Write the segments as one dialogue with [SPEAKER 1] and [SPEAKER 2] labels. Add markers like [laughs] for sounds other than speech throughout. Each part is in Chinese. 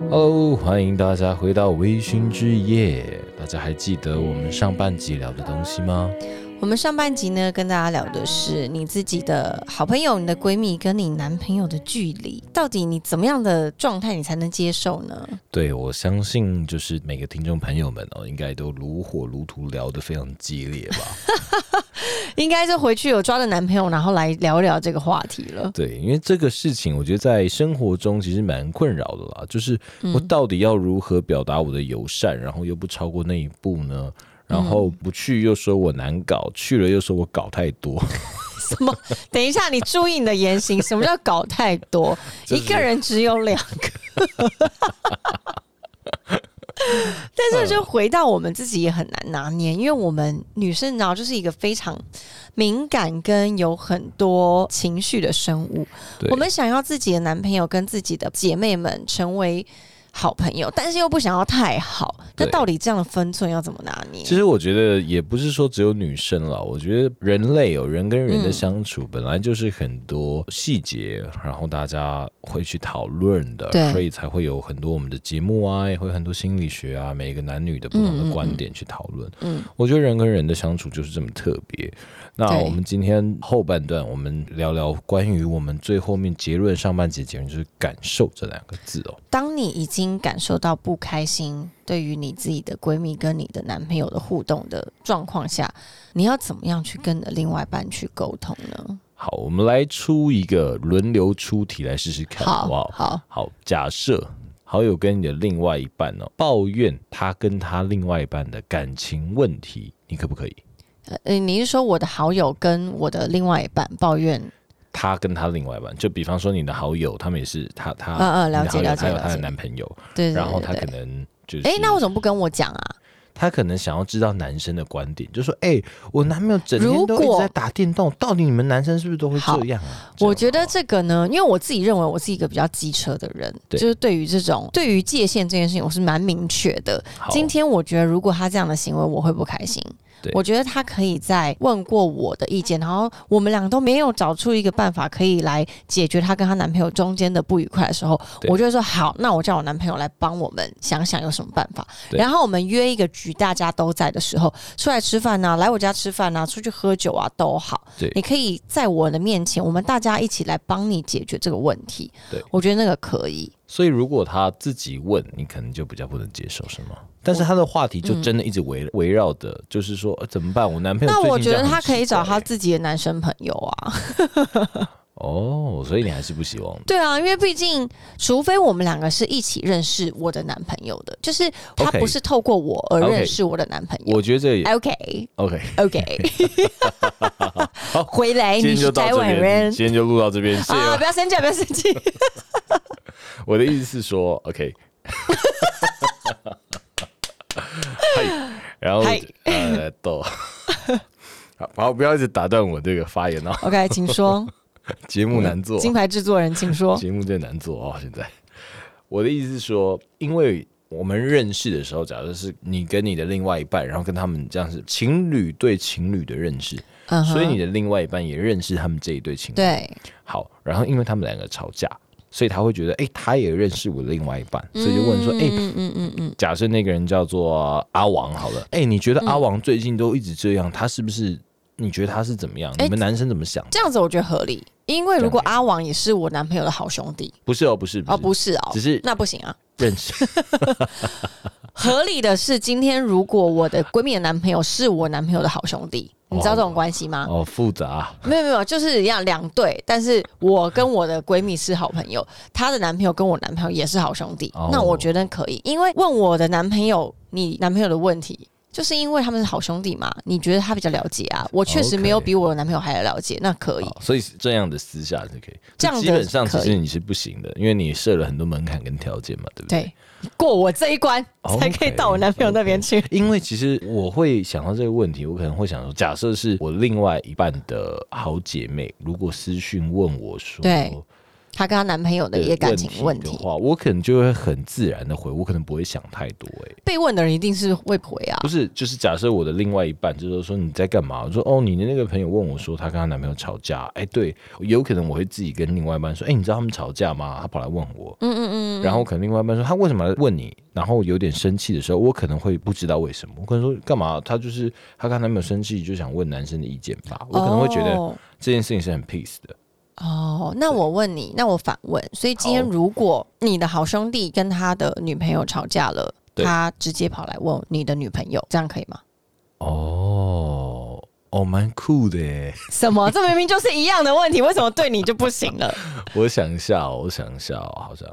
[SPEAKER 1] Hello，欢哦迎大家回到微醺之夜。大家还记得我们上半集聊的东西吗？
[SPEAKER 2] 我们上半集呢，跟大家聊的是你自己的好朋友、你的闺蜜跟你男朋友的距离，到底你怎么样的状态你才能接受呢？
[SPEAKER 1] 对，我相信就是每个听众朋友们哦，应该都如火如荼聊得非常激烈吧？
[SPEAKER 2] 应该是回去有抓着男朋友，然后来聊聊这个话题了。
[SPEAKER 1] 对，因为这个事情，我觉得在生活中其实蛮困扰的啦。就是我到底要如何表达我的友善，然后又不超过那一步呢？然后不去又说我难搞，去了又说我搞太多。
[SPEAKER 2] 什么？等一下，你注意你的言行。什么叫搞太多？
[SPEAKER 1] 就是
[SPEAKER 2] 一个人只有两个。
[SPEAKER 1] [laughs]
[SPEAKER 2] 但是就回到我们自己也很难拿捏，因为我们女生呢就是一个非常敏感跟有很多情绪的生物。
[SPEAKER 1] 对
[SPEAKER 2] 我们想要自己的男朋友跟自己的姐妹们成为好朋友，但是又不想要太好，那
[SPEAKER 1] 对
[SPEAKER 2] 到底这样的分寸要怎么拿捏？
[SPEAKER 1] 其实我觉得也不是说只有女生了，我觉得人类有、人跟人的
[SPEAKER 2] 嗯
[SPEAKER 1] 相处本来就是很多细节，然后大家会去讨论的，
[SPEAKER 2] 对
[SPEAKER 1] 所以才会有很多我们的节目啊，也会有很多心理学啊，每个男女的不同的观点去讨论。
[SPEAKER 2] 嗯，
[SPEAKER 1] 我觉得人跟人的相处就是这么特别。那
[SPEAKER 2] 对
[SPEAKER 1] 我们今天后半段，我们聊聊关于我们最后面结论上半节结论就是“感受”这两个字哦。
[SPEAKER 2] 当你已经感受到不开心，对于你自己的闺蜜跟你的男朋友的互动的状况下，你要怎么样去跟你的另外一半去沟通呢？
[SPEAKER 1] 好，我们来出一个轮流出题来试试看，好不
[SPEAKER 2] 好好，
[SPEAKER 1] 好，假设好友跟你的另外一半哦抱怨他跟他另外一半的感情问题，你可不可以？
[SPEAKER 2] 呃，你是说我的好友跟我的另外一半抱怨？
[SPEAKER 1] 他跟他另外一半，就比方说你的好友，他们也是他他，
[SPEAKER 2] 嗯嗯了解
[SPEAKER 1] 你的
[SPEAKER 2] 了
[SPEAKER 1] 好友他
[SPEAKER 2] 解
[SPEAKER 1] 有他
[SPEAKER 2] 了
[SPEAKER 1] 的
[SPEAKER 2] 解
[SPEAKER 1] 男朋友，
[SPEAKER 2] 对对对对
[SPEAKER 1] 然后他可
[SPEAKER 2] 对
[SPEAKER 1] 能就是，
[SPEAKER 2] 哎、那为什么不跟我讲啊？
[SPEAKER 1] 他可能想要知道男生的观点，就说，哎、我男朋友整
[SPEAKER 2] 如
[SPEAKER 1] 天都一直
[SPEAKER 2] 果
[SPEAKER 1] 在打电动，到底你们男生是不是都会
[SPEAKER 2] 好
[SPEAKER 1] 这样啊？
[SPEAKER 2] 我觉得
[SPEAKER 1] 这样
[SPEAKER 2] 这个呢，因为我自己认为我是一个比较机车的人，
[SPEAKER 1] 对
[SPEAKER 2] 就是对于这种对于界限这件事情，我是蛮明确的。
[SPEAKER 1] 好
[SPEAKER 2] 今天我觉得，如果他这样的行为，我会不开心
[SPEAKER 1] 对。
[SPEAKER 2] 我觉得他可以在问过我的意见，然后我们两个都没有找出一个办法可以来解决她跟她男朋友中间的不愉快的时候，
[SPEAKER 1] 对
[SPEAKER 2] 我就会说好，那我叫我男朋友来帮我们想想有什么办法。
[SPEAKER 1] 对
[SPEAKER 2] 然后我们约一个局，大家都在的时候出来吃饭呐、来我家吃饭呐、出去喝酒啊都好。
[SPEAKER 1] 对
[SPEAKER 2] 你可以在我的面前，我们大家一起来帮你解决这个问题。
[SPEAKER 1] 对
[SPEAKER 2] 我觉得那个可以。
[SPEAKER 1] 所以如果他自己问，你可能就比较不能接受，是吗？但是他的话题就真的一直围围绕的，就是说、呃怎么办？我男朋友
[SPEAKER 2] 那
[SPEAKER 1] 最
[SPEAKER 2] 我
[SPEAKER 1] 近
[SPEAKER 2] 觉
[SPEAKER 1] 这样
[SPEAKER 2] 得
[SPEAKER 1] 很
[SPEAKER 2] 他可以
[SPEAKER 1] 奇怪
[SPEAKER 2] 找他
[SPEAKER 1] 欸
[SPEAKER 2] 自己的男生朋友啊。
[SPEAKER 1] 哦，所以你还是不希望
[SPEAKER 2] 对啊，因为毕竟，除非我们两个是一起认识我的男朋友的，就是他
[SPEAKER 1] OK
[SPEAKER 2] 不是透过我而
[SPEAKER 1] OK
[SPEAKER 2] 认识我的男朋友
[SPEAKER 1] 我。觉得这也
[SPEAKER 2] OK
[SPEAKER 1] OK，
[SPEAKER 2] OK，回来
[SPEAKER 1] 今天
[SPEAKER 2] 哎你
[SPEAKER 1] 就是到
[SPEAKER 2] 台
[SPEAKER 1] 这
[SPEAKER 2] 湾
[SPEAKER 1] 边，
[SPEAKER 2] 人
[SPEAKER 1] 今天就录到这边，谢谢。
[SPEAKER 2] 啊！不要生气，不要生气。
[SPEAKER 1] [laughs] 我的意思是说，OK。嗨，然后
[SPEAKER 2] 嗨
[SPEAKER 1] 呃，逗， [laughs] 好好，不要一直打断我这个发言哦，
[SPEAKER 2] OK，请说，
[SPEAKER 1] 节目难做。啊
[SPEAKER 2] 金牌制作人，请说。
[SPEAKER 1] 节目真的难做哦， [laughs] 现在。我的意思是说，因为我们认识的时候，假设是你跟你的另外一半，然后跟他们这样是情侣对情侣的认识，
[SPEAKER 2] 嗯哼
[SPEAKER 1] 所以你的另外一半也认识他们这一对情侣。
[SPEAKER 2] 对
[SPEAKER 1] 好，然后因为他们两个吵架，所以他会觉得，哎、他也认识我的另外一半，所以就问说，哎、
[SPEAKER 2] 嗯嗯嗯嗯，
[SPEAKER 1] 假设那个人叫做阿王好了，哎、你觉得阿王最近都一直这样，他是不是？你觉得他是怎么样？
[SPEAKER 2] 哎
[SPEAKER 1] 你们男生怎么想？
[SPEAKER 2] 这样子我觉得合理，因为如果
[SPEAKER 1] 这样可以
[SPEAKER 2] 阿王也是我男朋友的好兄弟
[SPEAKER 1] 不是哦，不是，
[SPEAKER 2] 哦，
[SPEAKER 1] 不
[SPEAKER 2] 不
[SPEAKER 1] 是，
[SPEAKER 2] 是哦，
[SPEAKER 1] 只是
[SPEAKER 2] 那不行啊。
[SPEAKER 1] 认
[SPEAKER 2] [laughs]
[SPEAKER 1] 识。
[SPEAKER 2] 合理的是，今天如果我的闺蜜的男朋友是我男朋友的好兄弟，你知道这种关系吗？
[SPEAKER 1] 哦，复杂。
[SPEAKER 2] 没有没有，就是一样两对，但是我跟我的闺蜜是好朋友，她的男朋友跟我男朋友也是好兄弟，
[SPEAKER 1] 哦
[SPEAKER 2] 那我觉得可以，因为问我的男朋友你男朋友的问题。就是因为他们是好兄弟嘛，你觉得他比较了解啊？我确实
[SPEAKER 1] OK
[SPEAKER 2] 没有比我男朋友还要了解，那可以。
[SPEAKER 1] 好所以是这样的私下是可以，
[SPEAKER 2] 这样的
[SPEAKER 1] 基本上其
[SPEAKER 2] 可以
[SPEAKER 1] 实你是不行的，因为你设了很多门槛跟条件嘛，对不对？
[SPEAKER 2] 对，过我这一关
[SPEAKER 1] OK，
[SPEAKER 2] 才可以到我男朋友那边去。
[SPEAKER 1] 因为其实我会想到这个问题，我可能会想说，假设是我另外一半的好姐妹，如果私讯问我说，
[SPEAKER 2] 对她跟她男朋友的一些感情问
[SPEAKER 1] 的
[SPEAKER 2] 题。
[SPEAKER 1] 话，我可能就会很自然的回，我可能不会想太多、欸。
[SPEAKER 2] 被问的人一定是会回啊
[SPEAKER 1] 不，是，就是假设我的另外一半就是说你在干嘛？我说哦，你的那个朋友问我说她跟她男朋友吵架，哎、对，有可能我会自己跟另外一半说，哎、你知道他们吵架吗？他跑来问我，嗯嗯嗯，然后可能另外一半说他为什么来问你？然后有点生气的时候，我可能会不知道为什么，我可能说干嘛？她就是她跟她男朋友生气，就想问男生的意见吧。我可能会觉得
[SPEAKER 2] 哦
[SPEAKER 1] 这件事情是很 peace 的，
[SPEAKER 2] 哦，那我问你，那我反问，所以今天
[SPEAKER 1] 好
[SPEAKER 2] 如果你的好兄弟跟他的女朋友吵架了，
[SPEAKER 1] 对
[SPEAKER 2] 他直接跑来问你的女朋友，这样可以吗？
[SPEAKER 1] 哦哦，蛮酷的耶。
[SPEAKER 2] 什么？这明明就是一样的问题，为什么对你就不行了？
[SPEAKER 1] [laughs] 我想一下、哦，我想一下、哦，好像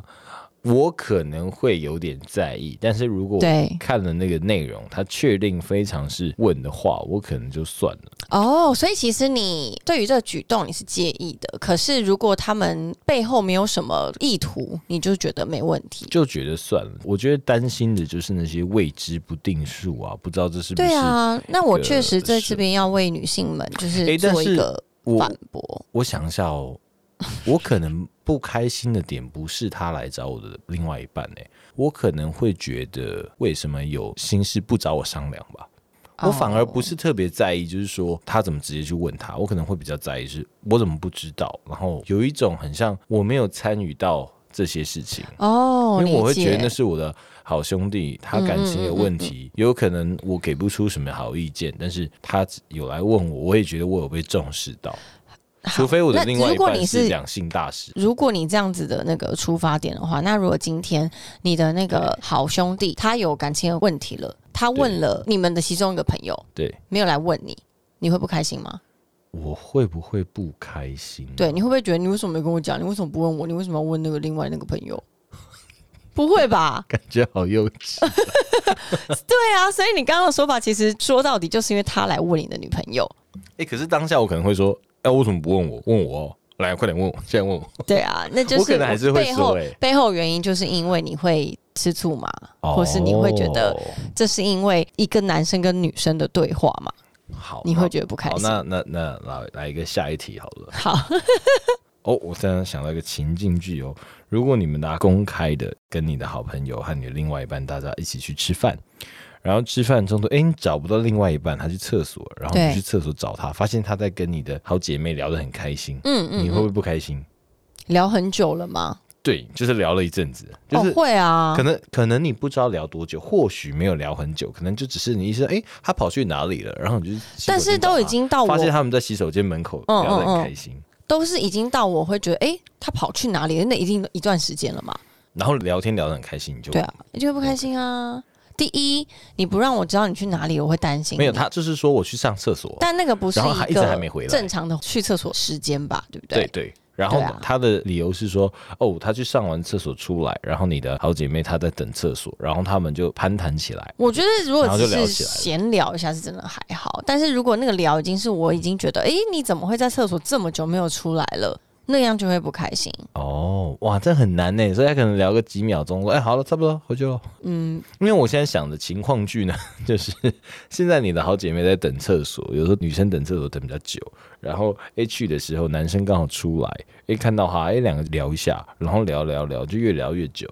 [SPEAKER 1] 我可能会有点在意，但是如果
[SPEAKER 2] 对
[SPEAKER 1] 看了那个内容，他确定非常是问的话，我可能就算了。
[SPEAKER 2] 哦，所以其实你对于这个举动你是介意的，可是如果他们背后没有什么意图，你就觉得没问题。
[SPEAKER 1] 就觉得算了，我觉得担心的就是那些未知不定数啊，不知道这是不是
[SPEAKER 2] 对啊，那我
[SPEAKER 1] 个
[SPEAKER 2] 确实在
[SPEAKER 1] 是
[SPEAKER 2] 这边要为女性们就
[SPEAKER 1] 诶
[SPEAKER 2] 是
[SPEAKER 1] 但
[SPEAKER 2] 做
[SPEAKER 1] 是
[SPEAKER 2] 一个
[SPEAKER 1] 我
[SPEAKER 2] 反驳。
[SPEAKER 1] 我想一下哦， [laughs] 我可能不开心的点不是他来找我的另外一半哎、我可能会觉得为什么有心事不找我商量吧。我反而不
[SPEAKER 2] 哦
[SPEAKER 1] 是特别在意，就是说他怎么直接去问他，我可能会比较在意是，我怎么不知道，然后有一种很像我没有参与到这些事情，
[SPEAKER 2] 哦，
[SPEAKER 1] 因为我会
[SPEAKER 2] 理
[SPEAKER 1] 觉
[SPEAKER 2] 解嗯
[SPEAKER 1] 得那是我的好兄弟，他感情有问题，有可能我给不出什么好意见，但是他有来问我，我也觉得我有被重视到，
[SPEAKER 2] 好
[SPEAKER 1] 除非我的
[SPEAKER 2] 那
[SPEAKER 1] 另外一
[SPEAKER 2] 如果
[SPEAKER 1] 半
[SPEAKER 2] 你
[SPEAKER 1] 是
[SPEAKER 2] 是
[SPEAKER 1] 两性大使，
[SPEAKER 2] 如果你这样子的那个出发点的话，那如果今天你的那个好兄弟他有感情的问题了，他问了你们的其中一个朋友，
[SPEAKER 1] 对
[SPEAKER 2] 没有来问你，你会不开心吗？
[SPEAKER 1] 我会不会不开心？
[SPEAKER 2] 对，你会不会觉得你为什么没跟我讲？你为什么不问我？你为什么要问那个另外那个朋友？ [laughs] 不会吧？
[SPEAKER 1] 感觉好幼稚。
[SPEAKER 2] 对啊，所以你刚刚的说法，其实说到底就是因为他来问你的女朋友。
[SPEAKER 1] [laughs] 哎、可是当下我可能会说，哎、为什么不问我？问我哦，来，快点问我，现在问我。
[SPEAKER 2] 对啊，那就
[SPEAKER 1] 我
[SPEAKER 2] 是
[SPEAKER 1] 可能还是会
[SPEAKER 2] 背
[SPEAKER 1] 说
[SPEAKER 2] 后
[SPEAKER 1] 欸哦
[SPEAKER 2] 背后原因就是因为你会吃醋嘛，或是你会觉得这是因为一个男生跟女生的对话嘛，
[SPEAKER 1] 好，
[SPEAKER 2] 你会觉得不开
[SPEAKER 1] 好，
[SPEAKER 2] 心。
[SPEAKER 1] 那那那来来一个下一题好了。
[SPEAKER 2] 好，
[SPEAKER 1] [laughs] 哦，我突然想到一个情境剧哦，如果你们大家公开的跟你的好朋友和你的另外一半大家一起去吃饭，然后吃饭中途，哎，你找不到另外一半，他去厕所，然后
[SPEAKER 2] 对
[SPEAKER 1] 你去厕所找他，发现他在跟你的好姐妹聊得很开心，
[SPEAKER 2] 嗯嗯，
[SPEAKER 1] 你会不会不开心？
[SPEAKER 2] 聊很久了吗？
[SPEAKER 1] 对，就是聊了一阵子，就是
[SPEAKER 2] 哦，会啊
[SPEAKER 1] 可，能可能你不知道聊多久，或许没有聊很久，可能就只是你一说，哎、他跑去哪里了，然后你就去洗手
[SPEAKER 2] 但
[SPEAKER 1] 间
[SPEAKER 2] 是
[SPEAKER 1] 找
[SPEAKER 2] 都已
[SPEAKER 1] 他
[SPEAKER 2] 经到我
[SPEAKER 1] 发现他们在洗手间门口
[SPEAKER 2] 嗯
[SPEAKER 1] 聊得很
[SPEAKER 2] 嗯嗯
[SPEAKER 1] 开心，
[SPEAKER 2] 都是已经到我会觉得，哎、他跑去哪里了？那一定一段时间了嘛，
[SPEAKER 1] 然后聊天聊得很开心，你就
[SPEAKER 2] 对啊，你就会不开心啊。第一，你不让我知道你去哪里，我会担心。
[SPEAKER 1] 没有，他就是说我去上厕所，
[SPEAKER 2] 嗯但那个不是
[SPEAKER 1] 然后他一直还没回
[SPEAKER 2] 个
[SPEAKER 1] 来
[SPEAKER 2] 正常的去厕所时间吧，对不对？
[SPEAKER 1] 对对。然后
[SPEAKER 2] 对啊
[SPEAKER 1] 他的理由是说，哦，他去上完厕所出来，然后你的好姐妹她在等厕所，然后他们就攀谈起来。
[SPEAKER 2] 我觉得如果
[SPEAKER 1] 然后就
[SPEAKER 2] 只
[SPEAKER 1] 聊
[SPEAKER 2] 是
[SPEAKER 1] 起来了
[SPEAKER 2] 闲聊一下是真的还好，但是如果那个聊已经是我已经觉得，哎、你怎么会在厕所这么久没有出来了？那样就会不开心。
[SPEAKER 1] 哦，哇，这很难呢，所以他可能聊个几秒钟，说，哎，好了，差不多回去了。
[SPEAKER 2] 嗯，
[SPEAKER 1] 因为我现在想的情况剧呢， [laughs] 就是现在你的好姐妹在等厕所，有时候女生等厕所等比较久，然后 A 去的时候，男生刚好出来，哎看到他，哎两个聊一下，然后聊聊聊，就越聊越久，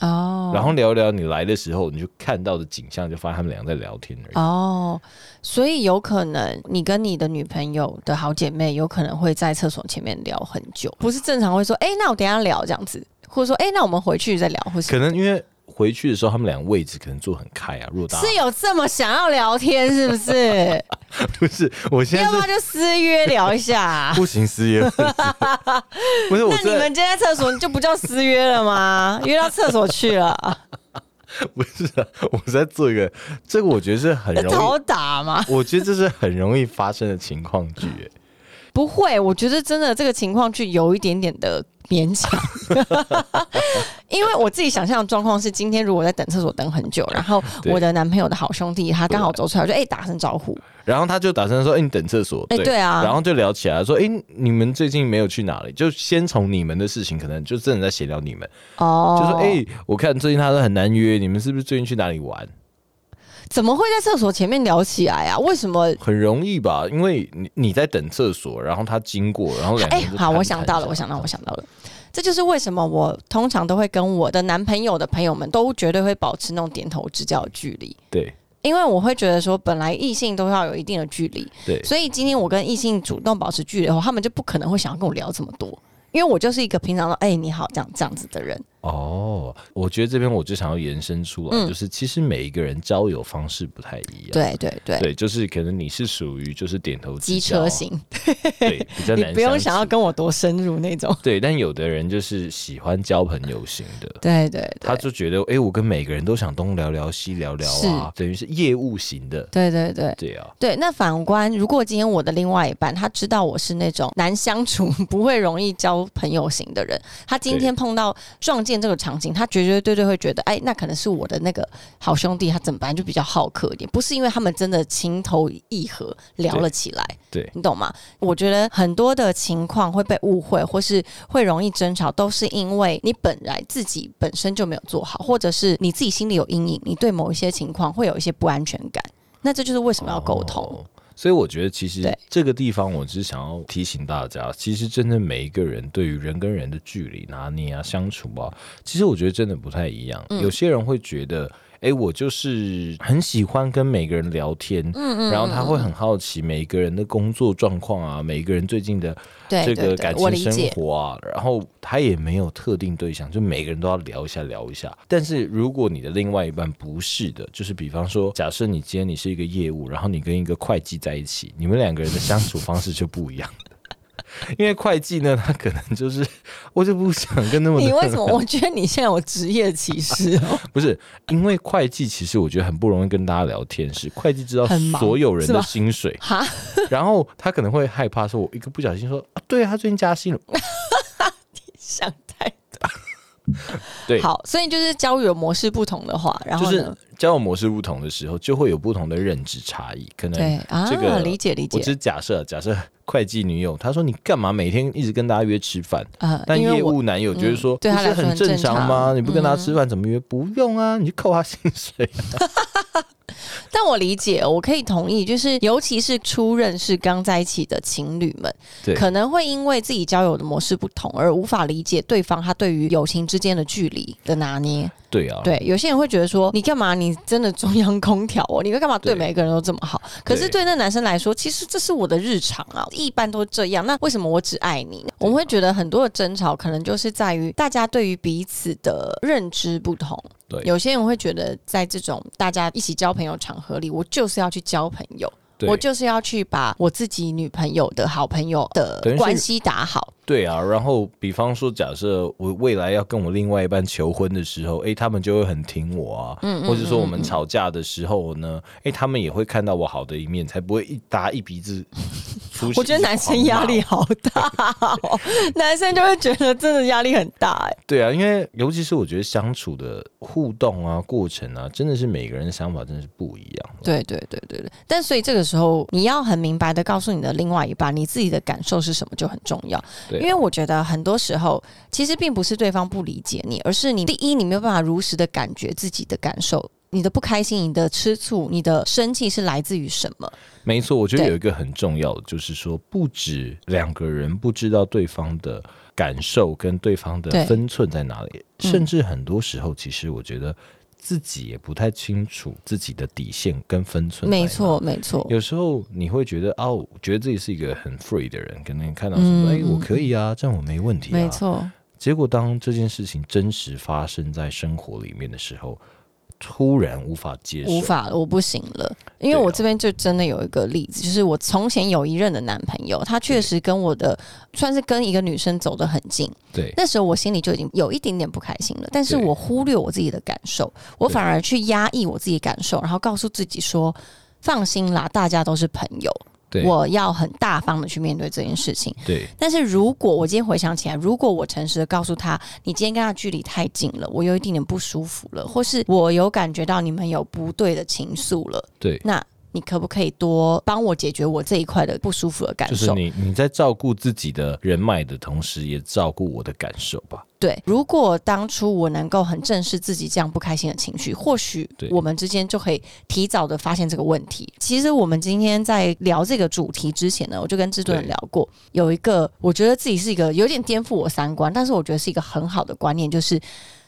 [SPEAKER 2] 哦，
[SPEAKER 1] 然后聊聊你来的时候，你就看到的景象，就发现他们两个在聊天而已。
[SPEAKER 2] 哦，所以有可能你跟你的女朋友的好姐妹有可能会在厕所前面聊很久，不是正常会说，哎、那我等一下聊这样子，或者说，哎、那我们回去再聊，
[SPEAKER 1] [laughs]
[SPEAKER 2] 或是
[SPEAKER 1] 可能因为回去的时候，他们俩位置可能坐很开啊。如果大家
[SPEAKER 2] 是有这么想要聊天，是
[SPEAKER 1] [laughs]
[SPEAKER 2] 不是？
[SPEAKER 1] 不是，我现在
[SPEAKER 2] 要不要
[SPEAKER 1] 是
[SPEAKER 2] 就私约聊一下、
[SPEAKER 1] 不行失业，不是 [laughs] 我
[SPEAKER 2] 那你
[SPEAKER 1] 真的
[SPEAKER 2] 们今天在厕所，你就不叫私约了吗？约到厕所去了，
[SPEAKER 1] [laughs] 不是啊，我在做一个这个，我觉得是 [laughs] 很容易
[SPEAKER 2] 讨打吗？
[SPEAKER 1] 我觉得这是很容易发生的情况剧、欸。
[SPEAKER 2] 不会，我觉得真的这个情况剧有一点点的
[SPEAKER 1] [laughs]
[SPEAKER 2] 勉强，因为我自己想象的状况是，今天如果在等厕所等很久，然后
[SPEAKER 1] 对
[SPEAKER 2] 我的男朋友的好兄弟他刚好走出来，我就哎、打声招呼，
[SPEAKER 1] 然后他就打算说：“哎、你等厕所。
[SPEAKER 2] 哎对啊
[SPEAKER 1] 然后就聊起来说：“哎、你们最近没有去哪里？”就先从你们的事情，可能就真的在闲聊你们，
[SPEAKER 2] 哦，
[SPEAKER 1] 就说：“哎、我看最近他都很难约，你们是不是最近去哪里玩
[SPEAKER 2] 怎么会在厕所前面聊起来啊？为什么？”
[SPEAKER 1] 很容易吧？因为你你在等厕所，然后他经过，然后两个
[SPEAKER 2] 哎、
[SPEAKER 1] 人就
[SPEAKER 2] 好，
[SPEAKER 1] 攀
[SPEAKER 2] 我
[SPEAKER 1] 谈
[SPEAKER 2] 想到了，
[SPEAKER 1] 一下
[SPEAKER 2] 我想到了，我想到了。这就是为什么我通常都会跟我的男朋友的朋友们都绝对会保持那种点头之交的距离，
[SPEAKER 1] 对
[SPEAKER 2] 因为我会觉得说，本来异性都要有一定的距离，
[SPEAKER 1] 对
[SPEAKER 2] 所以今天我跟异性主动保持距离的话，他们就不可能会想要跟我聊这么多，因为我就是一个平常的哎、你好这样这样子的人，
[SPEAKER 1] 哦，我觉得这边我就想要延伸出来，
[SPEAKER 2] 嗯
[SPEAKER 1] 就是其实每一个人交友方式不太一样。
[SPEAKER 2] 对对对，
[SPEAKER 1] 对，就是可能你是属于就是点头之
[SPEAKER 2] 机
[SPEAKER 1] 交
[SPEAKER 2] 车，型，
[SPEAKER 1] 对，比较
[SPEAKER 2] [laughs] 你
[SPEAKER 1] 难。
[SPEAKER 2] 不用想要。跟我多深入那种，
[SPEAKER 1] 对，但有的人就是喜欢交朋友型的，
[SPEAKER 2] 对对对
[SPEAKER 1] 他就觉得，哎、我跟每个人都想东聊聊西聊聊啊，等于是业务型的，
[SPEAKER 2] 对对对。
[SPEAKER 1] 对啊，
[SPEAKER 2] 对，那反观如果今天我的另外一半他知道我是那种难相处、不会容易交朋友型的人，他今天碰到撞见这个场景，他绝绝对对会觉得，哎，那可能是我的那个好兄弟，他怎么办就比较好客一点，不是因为他们真的情投意合聊了起来，
[SPEAKER 1] 对
[SPEAKER 2] 你懂吗？我觉得很多的情况会被误会，或是会容易争吵，都是因为你本来自己本身就没有做好，或者是你自己心里有阴影，你对某一些情况会有一些不安全感。那这就是为什么要沟通。
[SPEAKER 1] 哦所以我觉得，其实
[SPEAKER 2] 对
[SPEAKER 1] 这个地方，我只是想要提醒大家，其实真的每一个人对于人跟人的距离拿捏啊、相处啊，其实我觉得真的不太一样。有些人会觉得，哎、我就是很喜欢跟每个人聊天，嗯嗯然后他会很好奇每一个人的工作状况啊，每一个人最近的
[SPEAKER 2] 对
[SPEAKER 1] 这
[SPEAKER 2] 对
[SPEAKER 1] 个
[SPEAKER 2] 对
[SPEAKER 1] 感
[SPEAKER 2] 我
[SPEAKER 1] 情
[SPEAKER 2] 理
[SPEAKER 1] 生
[SPEAKER 2] 解
[SPEAKER 1] 活啊，然后他也没有特定对象，就每个人都要聊一下聊一下。但是如果你的另外一半不是的，就是比方说，假设你今天你是一个业务，然后你跟一个会计在一起，你们两个人的相处方式就不一样。 [laughs] 因为会计呢，他可能就是我就不想跟那么多
[SPEAKER 2] 你
[SPEAKER 1] 人
[SPEAKER 2] 为什么？我觉得你现在有职业歧视哦，
[SPEAKER 1] 不是因为会计，其实我觉得很不容易跟大家聊天，是会计知道
[SPEAKER 2] 很忙
[SPEAKER 1] 所有人
[SPEAKER 2] 是
[SPEAKER 1] 的
[SPEAKER 2] 吧
[SPEAKER 1] 薪水，
[SPEAKER 2] 哈，
[SPEAKER 1] 然后他可能会害怕说，我一个不小心说啊，对啊，他最近加薪了，
[SPEAKER 2] 想 [laughs] 太
[SPEAKER 1] 对，
[SPEAKER 2] 好，所以就是交友模式不同的话，然
[SPEAKER 1] 就
[SPEAKER 2] 后
[SPEAKER 1] 是
[SPEAKER 2] 呢，
[SPEAKER 1] 交友模式不同的时候，就会有不同的认知差异。可
[SPEAKER 2] 对
[SPEAKER 1] 能
[SPEAKER 2] 啊，
[SPEAKER 1] 这个
[SPEAKER 2] 理解理
[SPEAKER 1] 我
[SPEAKER 2] 解
[SPEAKER 1] 只，是假设，假设会计女友她说你干嘛每天一直跟大家约吃饭？
[SPEAKER 2] 呃，
[SPEAKER 1] 但
[SPEAKER 2] 因
[SPEAKER 1] 业
[SPEAKER 2] 为我
[SPEAKER 1] 务男友就是说，
[SPEAKER 2] 嗯对
[SPEAKER 1] 不
[SPEAKER 2] 他
[SPEAKER 1] 是
[SPEAKER 2] 来说
[SPEAKER 1] 很
[SPEAKER 2] 很正
[SPEAKER 1] 常吗？
[SPEAKER 2] 常嗯
[SPEAKER 1] 你不跟他吃饭怎么约？不用啊，你就扣他薪水。
[SPEAKER 2] 但我理解，我可以同意，就是尤其是初认识刚在一起的情侣们，
[SPEAKER 1] 对
[SPEAKER 2] 可能会因为自己交友的模式不同而无法理解对方他对于友情之间的距离的拿捏。
[SPEAKER 1] 对啊，
[SPEAKER 2] 对，有些人会觉得说，你干嘛？你真的中央空调哦？你会干嘛对
[SPEAKER 1] 对
[SPEAKER 2] 每个人都这么好？可是
[SPEAKER 1] 对
[SPEAKER 2] 对那男生来说，其实这是我的日常啊，一般都这样。那为什么我只爱你？我们会觉得很多的争吵可能就是在于大家对于彼此的认知不同。
[SPEAKER 1] 对
[SPEAKER 2] 有些人会觉得在这种大家一起交朋友场合里，我就是要去交朋友。
[SPEAKER 1] 对
[SPEAKER 2] 我就是要去把我自己女朋友的好朋友的
[SPEAKER 1] 等于是
[SPEAKER 2] 关系打好，
[SPEAKER 1] 对啊。然后，比方说，假设我未来要跟我另外一半求婚的时候，诶，他们就会很挺我啊。
[SPEAKER 2] 嗯
[SPEAKER 1] 或者说我们吵架的时候呢，诶，他们也会看到我好的一面，才不会一搭一鼻子 [laughs] 出。
[SPEAKER 2] 我觉得男生压力啊好大、 [laughs] 哦，男生就会觉得真的压力很大、哎。
[SPEAKER 1] 对啊，因为尤其是我觉得相处的互动啊、过程啊，真的是每个人的想法真的是不一样的。
[SPEAKER 2] 对对对对对，但所以这个时候你要很明白的告诉你的另外一半，你自己的感受是什么就很重要。
[SPEAKER 1] 对啊
[SPEAKER 2] 因为我觉得很多时候其实并不是对方不理解你，而是你第一你没有办法如实的感觉自己的感受。你的不开心、你的吃醋、你的生气是来自于什么？
[SPEAKER 1] 没错，我觉得
[SPEAKER 2] 对
[SPEAKER 1] 有一个很重要的，就是说，不止两个人不知道对方的感受跟对方的
[SPEAKER 2] 对
[SPEAKER 1] 分寸在哪里，
[SPEAKER 2] 嗯
[SPEAKER 1] 甚至很多时候，其实我觉得自己也不太清楚自己的底线跟分寸。
[SPEAKER 2] 没错，。没错，
[SPEAKER 1] 啊有时候你会觉得哦，觉得自己是一个很 free 的人，可能看到什么，哎、
[SPEAKER 2] 嗯
[SPEAKER 1] 我可以啊，这样我没问题、啊，
[SPEAKER 2] 没错，
[SPEAKER 1] 结果当这件事情真实发生在生活里面的时候，突然无法接受，
[SPEAKER 2] 无法了，我不行了。因为
[SPEAKER 1] 对啊
[SPEAKER 2] 我这边就真的有一个例子，就是我从前有一任的男朋友，他确实跟我的算是跟一个女生走得很近，
[SPEAKER 1] 对
[SPEAKER 2] 那时候我心里就已经有一点点不开心了，但是
[SPEAKER 1] 对
[SPEAKER 2] 我忽略我自己的感受，我
[SPEAKER 1] 对
[SPEAKER 2] 反而去压抑我自己的感受，然后告诉自己说。放心啦，大家都是朋友，
[SPEAKER 1] 对
[SPEAKER 2] 我要很大方的去面对这件事情。
[SPEAKER 1] 对
[SPEAKER 2] 但是如果我今天回想起来，如果我诚实的告诉他，你今天跟他距离太近了，我有一点点不舒服了，或是我有感觉到你们有不对的情愫了，
[SPEAKER 1] 对，
[SPEAKER 2] 那你可不可以多帮我解决我这一块的不舒服的感
[SPEAKER 1] 就是
[SPEAKER 2] 受？
[SPEAKER 1] 你你在照顾自己的人脉的同时，也照顾我的感受吧。
[SPEAKER 2] 对，如果当初我能够很正视自己这样不开心的情绪，或许
[SPEAKER 1] 对
[SPEAKER 2] 我们之间就可以提早的发现这个问题。其实我们今天在聊这个主题之前呢，我就跟制作人
[SPEAKER 1] 对
[SPEAKER 2] 聊过，有一个我觉得自己是一个有点颠覆我三观，但是我觉得是一个很好的观念，就是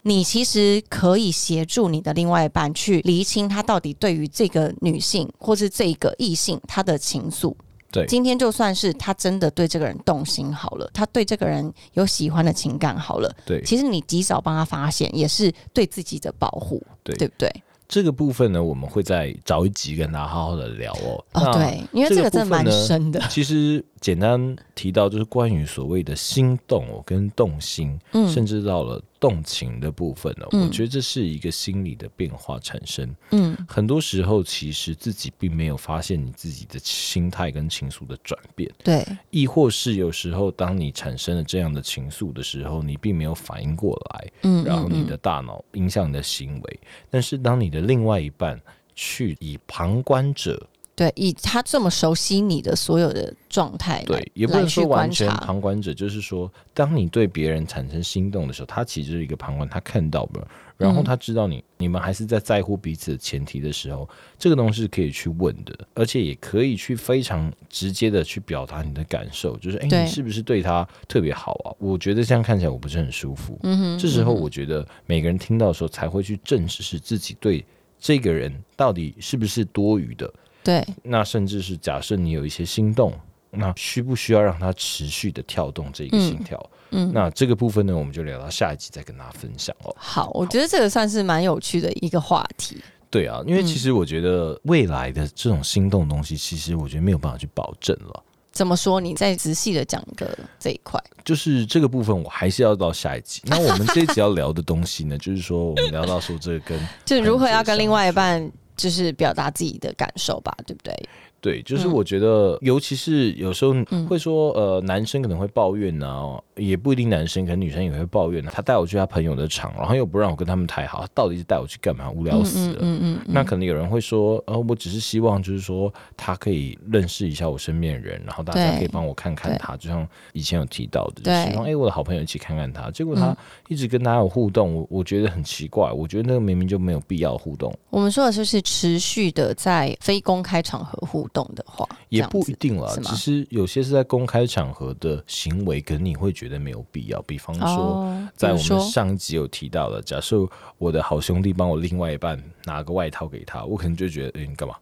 [SPEAKER 2] 你其实可以协助你的另外一半去厘清他到底对于这个女性或是这个异性他的情愫。
[SPEAKER 1] 对
[SPEAKER 2] 今天就算是他真的对这个人动心好了，他对这个人有喜欢的情感好了。
[SPEAKER 1] 对，
[SPEAKER 2] 其实你及早帮他发现，也是对自己的保护，
[SPEAKER 1] 对
[SPEAKER 2] 不对？
[SPEAKER 1] 这个部分呢，我们会再找一集跟大家好好的聊哦。
[SPEAKER 2] 哦，
[SPEAKER 1] 那
[SPEAKER 2] 对，因为这个真的蛮
[SPEAKER 1] 这个部分呢
[SPEAKER 2] 深的，
[SPEAKER 1] 其实简单提到就是关于所谓的心动哦，跟动心，
[SPEAKER 2] 嗯
[SPEAKER 1] 甚至到了动情的部分哦，
[SPEAKER 2] 嗯
[SPEAKER 1] 我觉得这是一个心理的变化产生。
[SPEAKER 2] 嗯，
[SPEAKER 1] 很多时候，其实自己并没有发现你自己的心态跟情愫的转变，
[SPEAKER 2] 对，
[SPEAKER 1] 亦或是有时候当你产生了这样的情愫的时候，你并没有反应过来，
[SPEAKER 2] 嗯，
[SPEAKER 1] 然后你
[SPEAKER 2] 嗯
[SPEAKER 1] 的大脑影响你的行为。但是当你的另外一半去以旁观者
[SPEAKER 2] 嗯对，以他这么熟悉你的所有的状态来，
[SPEAKER 1] 对，也不能说
[SPEAKER 2] 来去观
[SPEAKER 1] 完全
[SPEAKER 2] 察
[SPEAKER 1] 旁观者，就是说，当你对别人产生心动的时候，他其实是一个旁观，他看到了，然后
[SPEAKER 2] 嗯
[SPEAKER 1] 他知道你、你们还是在在乎彼此的前提的时候，这个东西是可以去问的，而且也可以去非常直接的去表达你的感受，就是哎、
[SPEAKER 2] 对
[SPEAKER 1] 你是不是对他特别好啊？我觉得这样看起来我不是很舒服。
[SPEAKER 2] 嗯哼，
[SPEAKER 1] 这时候，
[SPEAKER 2] 嗯哼
[SPEAKER 1] 我觉得每个人听到的时候，才会去正视自己对这个人到底是不是多余的，
[SPEAKER 2] 对，
[SPEAKER 1] 那甚至是假设你有一些心动，那需不需要让它持续的跳动这一个
[SPEAKER 2] 嗯
[SPEAKER 1] 心跳？
[SPEAKER 2] 嗯
[SPEAKER 1] 那这个部分呢，我们就聊到下一集再跟大家分享哦。
[SPEAKER 2] 好，我觉得这个算是蛮有趣的一个话题，
[SPEAKER 1] 对啊，因为其实我觉得未来的这种心动的东西，其实我觉得没有办法去保证了。
[SPEAKER 2] 怎么说？你再仔细的讲一个这一块，
[SPEAKER 1] 就是这个部分，我还是要到下一集。那我们这一集要聊的东西呢，就是说我们聊到说这个跟
[SPEAKER 2] 就如何要跟
[SPEAKER 1] 很
[SPEAKER 2] 另外一半就是表达自己的感受吧，对不对？
[SPEAKER 1] 对，就是
[SPEAKER 2] 嗯
[SPEAKER 1] 我觉得，尤其是有时候
[SPEAKER 2] 嗯
[SPEAKER 1] 会说，呃，男生可能会抱怨呐、哦也不一定男生，可能女生也会抱怨、他带我去他朋友的场，然后又不让我跟他们太好，他到底是带我去干嘛？无聊死
[SPEAKER 2] 嗯
[SPEAKER 1] 了。
[SPEAKER 2] 嗯嗯嗯，
[SPEAKER 1] 那可能有人会说，呃，我只是希望就是说他可以认识一下我身边的人，然后大家
[SPEAKER 2] 对
[SPEAKER 1] 可以帮我看看
[SPEAKER 2] 对
[SPEAKER 1] 他，就像以前有提到的，就
[SPEAKER 2] 对
[SPEAKER 1] 希望哎、我的好朋友一起看看他。结果
[SPEAKER 2] 嗯
[SPEAKER 1] 他一直跟大家有互动，我我觉得很奇怪，我觉得那个明明就没有必要互动，
[SPEAKER 2] 我们说的就是持续的在非公开场合互动的话，
[SPEAKER 1] 也
[SPEAKER 2] 这样
[SPEAKER 1] 不
[SPEAKER 2] 子
[SPEAKER 1] 一定啦
[SPEAKER 2] 是，吗
[SPEAKER 1] 只是有些是在公开场合的行为，可能你会觉得没有必要。比方说，
[SPEAKER 2] 哦，
[SPEAKER 1] 在
[SPEAKER 2] 比
[SPEAKER 1] 我
[SPEAKER 2] 如
[SPEAKER 1] 们
[SPEAKER 2] 说
[SPEAKER 1] 上一集有提到的，假设我的好兄弟帮我另外一半拿个外套给他，我可能就觉得，哎、你干嘛？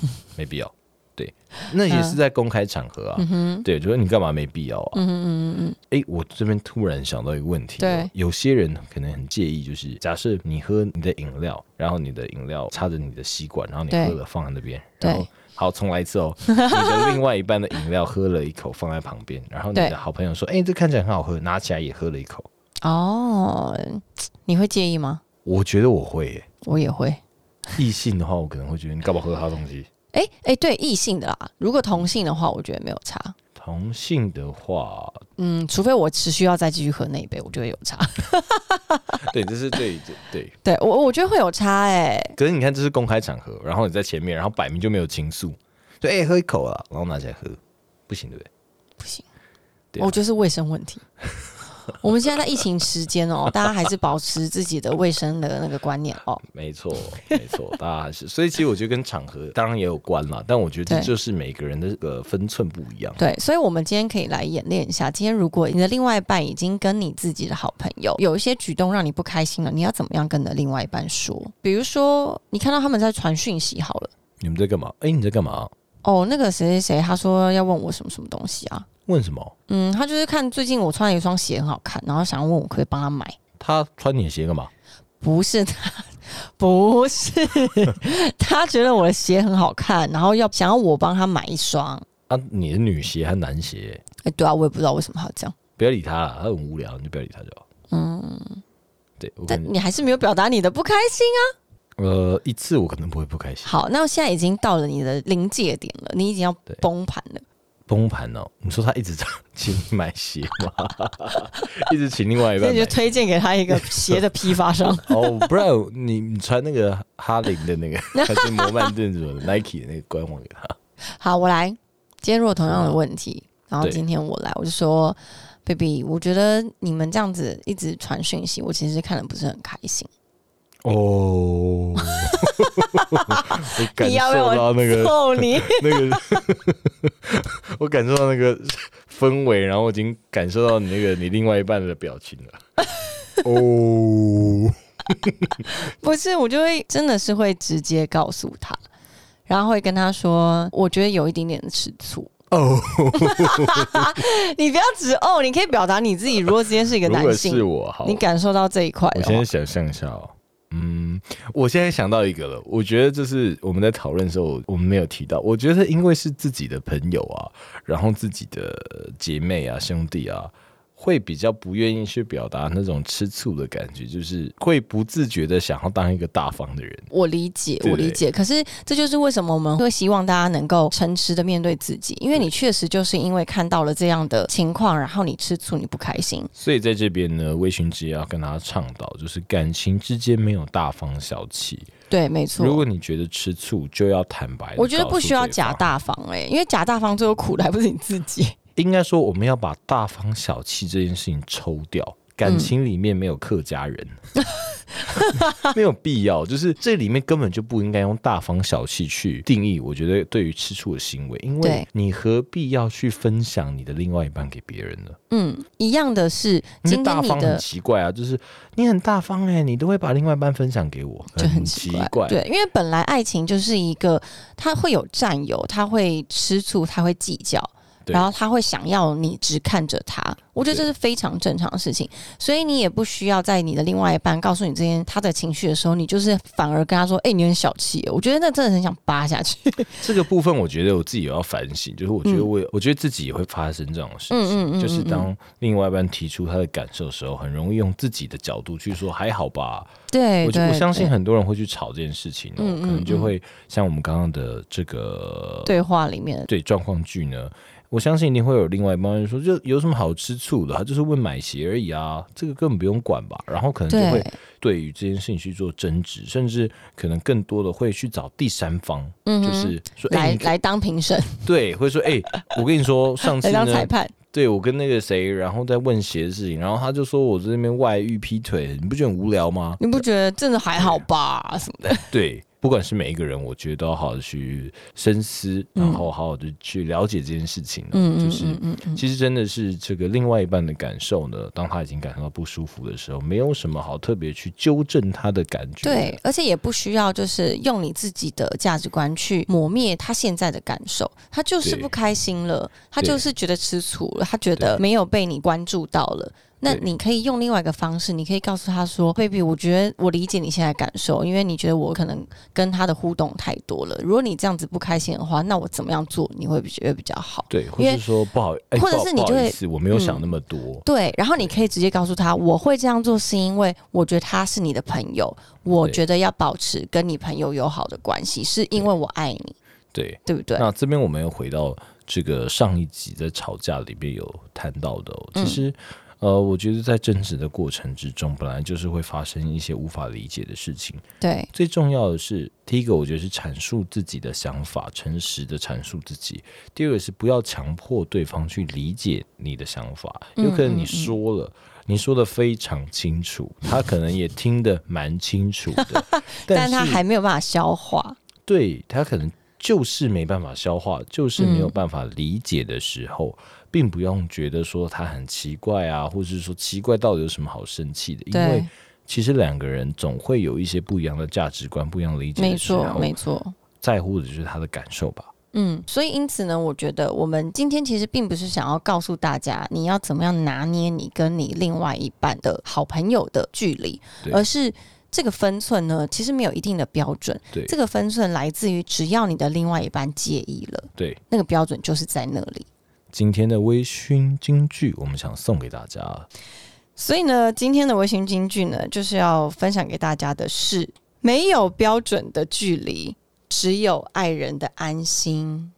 [SPEAKER 1] [laughs] 没必要。对，那也是在公开场合啊。
[SPEAKER 2] 嗯
[SPEAKER 1] 对，就是你干嘛没必要啊？嗯嗯嗯嗯。哎、我这边突然想到一个问题哦、
[SPEAKER 2] 对
[SPEAKER 1] 有些人可能很介意，就是假设你喝你的饮料，然后你的饮料插着你的吸管，然后你
[SPEAKER 2] 对
[SPEAKER 1] 喝了放在那边，
[SPEAKER 2] 对
[SPEAKER 1] 然后好，重来一
[SPEAKER 2] [laughs]
[SPEAKER 1] 次哦。你的另外一半的饮料喝了一口放在旁边，然后你
[SPEAKER 2] 对
[SPEAKER 1] 的好朋友说：“哎、这看起来很好喝。”拿起来也喝了一口。
[SPEAKER 2] 哦，你会介意吗？
[SPEAKER 1] 我觉得我会耶、
[SPEAKER 2] 我也会。
[SPEAKER 1] 异性的话，我可能会觉得你干嘛喝他东西？
[SPEAKER 2] 哎、哎、对异性的啦，如果同性的话，我觉得没有差。
[SPEAKER 1] 同性的话，
[SPEAKER 2] 嗯，除非我持续要再继续喝那一杯，我觉得有差。 [laughs]
[SPEAKER 1] [laughs] 对，这是对对对。
[SPEAKER 2] 对我，我觉得会有差哎、
[SPEAKER 1] 可是你看，这是公开场合，然后你在前面，然后摆明就没有情愫，就哎、欸喝一口啊，然后拿起来喝，不行对不对？
[SPEAKER 2] 不行，
[SPEAKER 1] 对啊
[SPEAKER 2] 我觉得是卫生问题。我们现在在疫情时间哦，大家还是保持自己的卫生的那个观念哦。
[SPEAKER 1] 没错，没错，大家还是，所以其实我觉得跟场合当然也有关啦，但我觉得
[SPEAKER 2] 对
[SPEAKER 1] 这就是每个人的呃分寸不一样。
[SPEAKER 2] 对，所以我们今天可以来演练一下。今天如果你的另外一半已经跟你自己的好朋友有一些举动让你不开心了，你要怎么样跟你的另外一半说？比如说，你看到他们在传讯息好了，
[SPEAKER 1] 你们在干嘛？哎、你在干嘛？
[SPEAKER 2] 哦，那个谁谁谁他说要问我什么什么东西啊？
[SPEAKER 1] 问什么？
[SPEAKER 2] 嗯，他就是看最近我穿了一双鞋很好看，然后想问我可不可以帮他买。
[SPEAKER 1] 他穿你的鞋干嘛？
[SPEAKER 2] 不是他， [laughs] 不是他觉得我的鞋很好看，然后要想要我帮他买一双。
[SPEAKER 1] 啊，你的女鞋还男鞋？
[SPEAKER 2] 哎、对啊，我也不知道为什么他要这样。
[SPEAKER 1] 不要理他啦，他很无聊，你就不要理他就好。
[SPEAKER 2] 嗯，
[SPEAKER 1] 对，我可
[SPEAKER 2] 但
[SPEAKER 1] 能
[SPEAKER 2] 你还是没有表达你的不开心。
[SPEAKER 1] 呃一次我可能不会不开心。
[SPEAKER 2] 好，那现在已经到了你的临界点了，你已经要
[SPEAKER 1] 对
[SPEAKER 2] 崩盘了。
[SPEAKER 1] 崩盘哦！你说他一直在请你买鞋吗？ [laughs] 一直请另外一
[SPEAKER 2] 所以
[SPEAKER 1] 半
[SPEAKER 2] 你就
[SPEAKER 1] 买。
[SPEAKER 2] 推荐给他一个鞋的批
[SPEAKER 1] [laughs]
[SPEAKER 2] 发商。
[SPEAKER 1] 哦，不然你你穿那个哈林的那个， [laughs] 还是摩曼顿什么的 Nike 的那个官网给他。
[SPEAKER 2] 好，我来。今天如果同样的问题，然后
[SPEAKER 1] 对
[SPEAKER 2] 今天我来，我就说， baby，我觉得你们这样子一直传讯息，我其实看的不是很开心。
[SPEAKER 1] 哦， [laughs] 我感
[SPEAKER 2] 你要被
[SPEAKER 1] 受到
[SPEAKER 2] 我
[SPEAKER 1] 那个
[SPEAKER 2] 揍
[SPEAKER 1] [laughs]
[SPEAKER 2] 你，
[SPEAKER 1] 那个，我感受到那个氛围，然后我已经感受到你那个你另外一半的表情了。哦，
[SPEAKER 2] 不是，我就会真的是会直接告诉他，然后会跟他说，我觉得有一点点吃醋。
[SPEAKER 1] 哦，
[SPEAKER 2] [laughs] 你不要只哦，你可以表达你自己。如果今天 [laughs] 是一个
[SPEAKER 1] 如
[SPEAKER 2] 男
[SPEAKER 1] 果是
[SPEAKER 2] 性，
[SPEAKER 1] 我，好，
[SPEAKER 2] 你感受到这一块
[SPEAKER 1] 我
[SPEAKER 2] 的
[SPEAKER 1] 现在，
[SPEAKER 2] 话
[SPEAKER 1] 想象一下哦。嗯，我现在想到一个了，我觉得这是我们在讨论的时候，我们没有提到。我觉得因为是自己的朋友啊，然后自己的姐妹啊、兄弟啊，会比较不愿意去表达那种吃醋的感觉，就是会不自觉的想要当一个大方的人。
[SPEAKER 2] 我理解，
[SPEAKER 1] 对
[SPEAKER 2] 我理解。可是这就是为什么我们会希望大家能够诚实的面对自己，因为你确实就是因为看到了这样的情况，然后你吃醋，你不开心。
[SPEAKER 1] 所以在这边呢，微醺之夜要跟大家倡导，就是感情之间没有大方小气。
[SPEAKER 2] 对，没
[SPEAKER 1] 如
[SPEAKER 2] 错。
[SPEAKER 1] 果你觉得吃醋，就要坦白。
[SPEAKER 2] 我觉得不需要假，大方哎、因为假大方最后苦的还不是你自己。
[SPEAKER 1] 应该说我们要把大方小气这件事情抽掉。感情里面没有客家人，
[SPEAKER 2] [laughs]
[SPEAKER 1] 没有必要。就是这里面根本就不应该用大方小气去定义。我觉得对于吃醋的行为，因为
[SPEAKER 2] 对
[SPEAKER 1] 你何必要去分享你的另外一半给别人呢？
[SPEAKER 2] 嗯，一样的是，
[SPEAKER 1] 你
[SPEAKER 2] 今
[SPEAKER 1] 的大
[SPEAKER 2] 天你
[SPEAKER 1] 方很
[SPEAKER 2] 的
[SPEAKER 1] 奇怪啊，就是你很大方哎、你都会把另外一半分享给我，
[SPEAKER 2] 就很
[SPEAKER 1] 奇
[SPEAKER 2] 奇怪，对，因为本来爱情就是一个，他会有占有，他会吃醋，他会计较，
[SPEAKER 1] 对
[SPEAKER 2] 然后他会想要你只看着他，我觉得这
[SPEAKER 1] 对
[SPEAKER 2] 是非常正常的事情，所以你也不需要在你的另外一半告诉你这件他的情绪的时候，你就是反而跟他说，哎、你很小气耶，我觉得那真的很想扒下去，
[SPEAKER 1] 这个部分，我觉得我自己也要反省，就是我觉得
[SPEAKER 2] 嗯
[SPEAKER 1] 我也、我觉得自己也会发生这种事情，
[SPEAKER 2] 嗯嗯嗯嗯
[SPEAKER 1] [laughs] 就是当另外一半提出他的感受的时候，很容易用自己的角度去说还好吧。
[SPEAKER 2] 对，
[SPEAKER 1] 我觉
[SPEAKER 2] 对
[SPEAKER 1] 我相信
[SPEAKER 2] 嗯对
[SPEAKER 1] 很多人会去吵这件事情、哦，
[SPEAKER 2] 嗯嗯
[SPEAKER 1] 可能就
[SPEAKER 2] 嗯
[SPEAKER 1] 会像我们刚刚的这个
[SPEAKER 2] 对话里面，
[SPEAKER 1] 对状况剧呢，我相信一定会有另外一帮人说，就有什么好吃醋的，他就是问买鞋而已啊，这个根本不用管吧。然后可能就会
[SPEAKER 2] 对，
[SPEAKER 1] 对于这件事情去做争执，甚至可能更多的会去找第三方，
[SPEAKER 2] 嗯哼
[SPEAKER 1] 就是说，哎、
[SPEAKER 2] 来
[SPEAKER 1] 你
[SPEAKER 2] 来当评
[SPEAKER 1] [laughs]
[SPEAKER 2] 审，
[SPEAKER 1] 对，会说，哎、我跟你
[SPEAKER 2] [laughs]
[SPEAKER 1] 说，上次
[SPEAKER 2] 来当裁
[SPEAKER 1] 呢，
[SPEAKER 2] 判，
[SPEAKER 1] 对我跟那个谁，然后在问鞋的事情，然后他就说我在那边外遇劈腿，你不觉得很无聊吗？
[SPEAKER 2] 你不觉得真的还好吧？什么的，
[SPEAKER 1] 对，不管是每一个人，我觉得都要好好的去深思，
[SPEAKER 2] 嗯
[SPEAKER 1] 然后好好的去了解这件事情、哦，
[SPEAKER 2] 嗯
[SPEAKER 1] 就
[SPEAKER 2] 嗯
[SPEAKER 1] 是。
[SPEAKER 2] 嗯嗯嗯，
[SPEAKER 1] 其实真的是这个另外一半的感受呢，当他已经感受到不舒服的时候，没有什么好特别去纠正他的感觉。
[SPEAKER 2] 对，，而且也不需要就是用你自己的价值观去磨灭他现在的感受，他就是
[SPEAKER 1] 对
[SPEAKER 2] 不开心了，他
[SPEAKER 1] 对
[SPEAKER 2] 就是觉得吃醋了，他觉
[SPEAKER 1] 对
[SPEAKER 2] 得没有被你关注到了。那
[SPEAKER 1] 对
[SPEAKER 2] 你可以用另外一个方式，你可以告诉他说：“baby，我觉得我理解你现在的感受，因为你觉得我可能跟他的互动太多了。如果你这样子不开心的话，那我怎么样做你会比觉得比较好？”
[SPEAKER 1] 对，或
[SPEAKER 2] 因为
[SPEAKER 1] 是说不好，哎
[SPEAKER 2] 或者
[SPEAKER 1] 不好
[SPEAKER 2] 是你就
[SPEAKER 1] 不好意
[SPEAKER 2] 会嗯
[SPEAKER 1] 思，我没有想那么多。
[SPEAKER 2] 对，然后你可以直接告诉他，我会这样做是因为我觉得他是你的朋友，我
[SPEAKER 1] 对
[SPEAKER 2] 觉得要保持跟你朋友友好的关系，是因为我爱你，
[SPEAKER 1] 对，
[SPEAKER 2] 对不对？
[SPEAKER 1] 那这边我们又回到这个上一集在吵架里面有谈到的、哦，其
[SPEAKER 2] 嗯
[SPEAKER 1] 实、呃，我觉得在争执的过程之中，本来就是会发生一些无法理解的事情。
[SPEAKER 2] 对，
[SPEAKER 1] 最重要的是，第一个我觉得是阐述自己的想法，诚实的阐述自己；第二个是不要强迫对方去理解你的想法，
[SPEAKER 2] 嗯
[SPEAKER 1] 有可能你说了。你说的非常清楚，他可能也听得蛮清楚
[SPEAKER 2] [laughs]
[SPEAKER 1] 的，
[SPEAKER 2] 但
[SPEAKER 1] 是
[SPEAKER 2] 他还没有办法消化。
[SPEAKER 1] 对他可能就是没办法消化，就是没
[SPEAKER 2] 嗯
[SPEAKER 1] 有办法理解的时候，并不用觉得说他很奇怪啊，或者是说奇怪到底有什么好生气的，因为
[SPEAKER 2] 对，
[SPEAKER 1] 其实两个人总会有一些不一样的价值观、不一样的理解
[SPEAKER 2] 没
[SPEAKER 1] 的时候，
[SPEAKER 2] 错，没错。
[SPEAKER 1] 在乎的就是他的感受吧。
[SPEAKER 2] 嗯，所以因此呢，我觉得我们今天其实并不是想要告诉大家你要怎么样拿捏你跟你另外一半的好朋友的距离
[SPEAKER 1] 对，
[SPEAKER 2] 而是这个分寸呢，其实没有一定的标准。
[SPEAKER 1] 对
[SPEAKER 2] 这个分寸来自于只要你的另外一半介意了，
[SPEAKER 1] 对，
[SPEAKER 2] 那个标准就是在那里。
[SPEAKER 1] 今天的微醺金句，我们想送给大家。
[SPEAKER 2] 所以呢，今天的微型金句呢，就是要分享给大家的是：没有标准的距离，只有爱人的安心。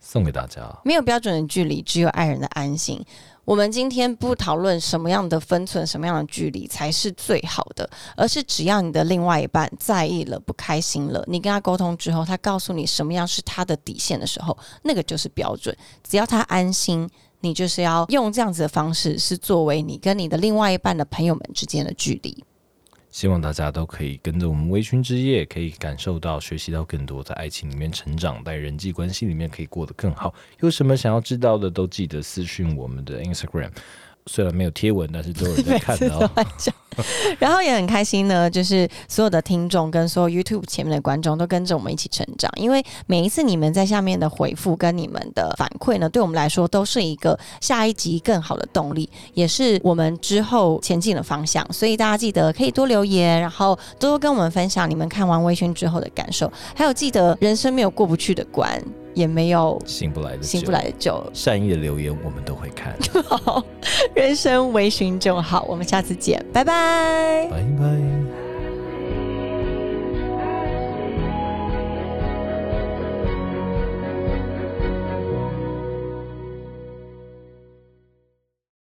[SPEAKER 1] 送给大家，
[SPEAKER 2] 没有标准的距离，只有爱人的安心。我们今天不讨论什么样的分寸、什么样的距离才是最好的，而是只要你的另外一半在意了、不开心了，你跟他沟通之后，他告诉你什么样是他的底线的时候，那个就是标准。只要他安心，你就是要用这样子的方式，是作为你跟你的另外一半的朋友们之间的距离。
[SPEAKER 1] 希望大家都可以跟着我们微醺之夜，可以感受到、学习到更多，在爱情里面成长，在人际关系里面可以过得更好。有什么想要知道的，都记得私讯我们的 Instagram。虽然 [laughs] 没有贴文，但是都有人在
[SPEAKER 2] 每
[SPEAKER 1] 看
[SPEAKER 2] 次
[SPEAKER 1] 的
[SPEAKER 2] 都
[SPEAKER 1] 哦。
[SPEAKER 2] 在讲，然后也很开心呢，就是所有的听众跟所有 YouTube 前面的观众都跟着我们一起成长，因为每一次你们在下面的回复跟你们的反馈呢，对我们来说都是一个下一集更好的动力，也是我们之后前进的方向。所以大家记得可以多留言，然后多多跟我们分享你们看完微醺之后的感受，还有记得人生没有过不去的关，也没有
[SPEAKER 1] 醒不来的，
[SPEAKER 2] 醒不来。的 [laughs] 酒，
[SPEAKER 1] 善意的留言我们都会看。
[SPEAKER 2] 人生微醺就好。我们下次见，拜拜。
[SPEAKER 1] 拜拜。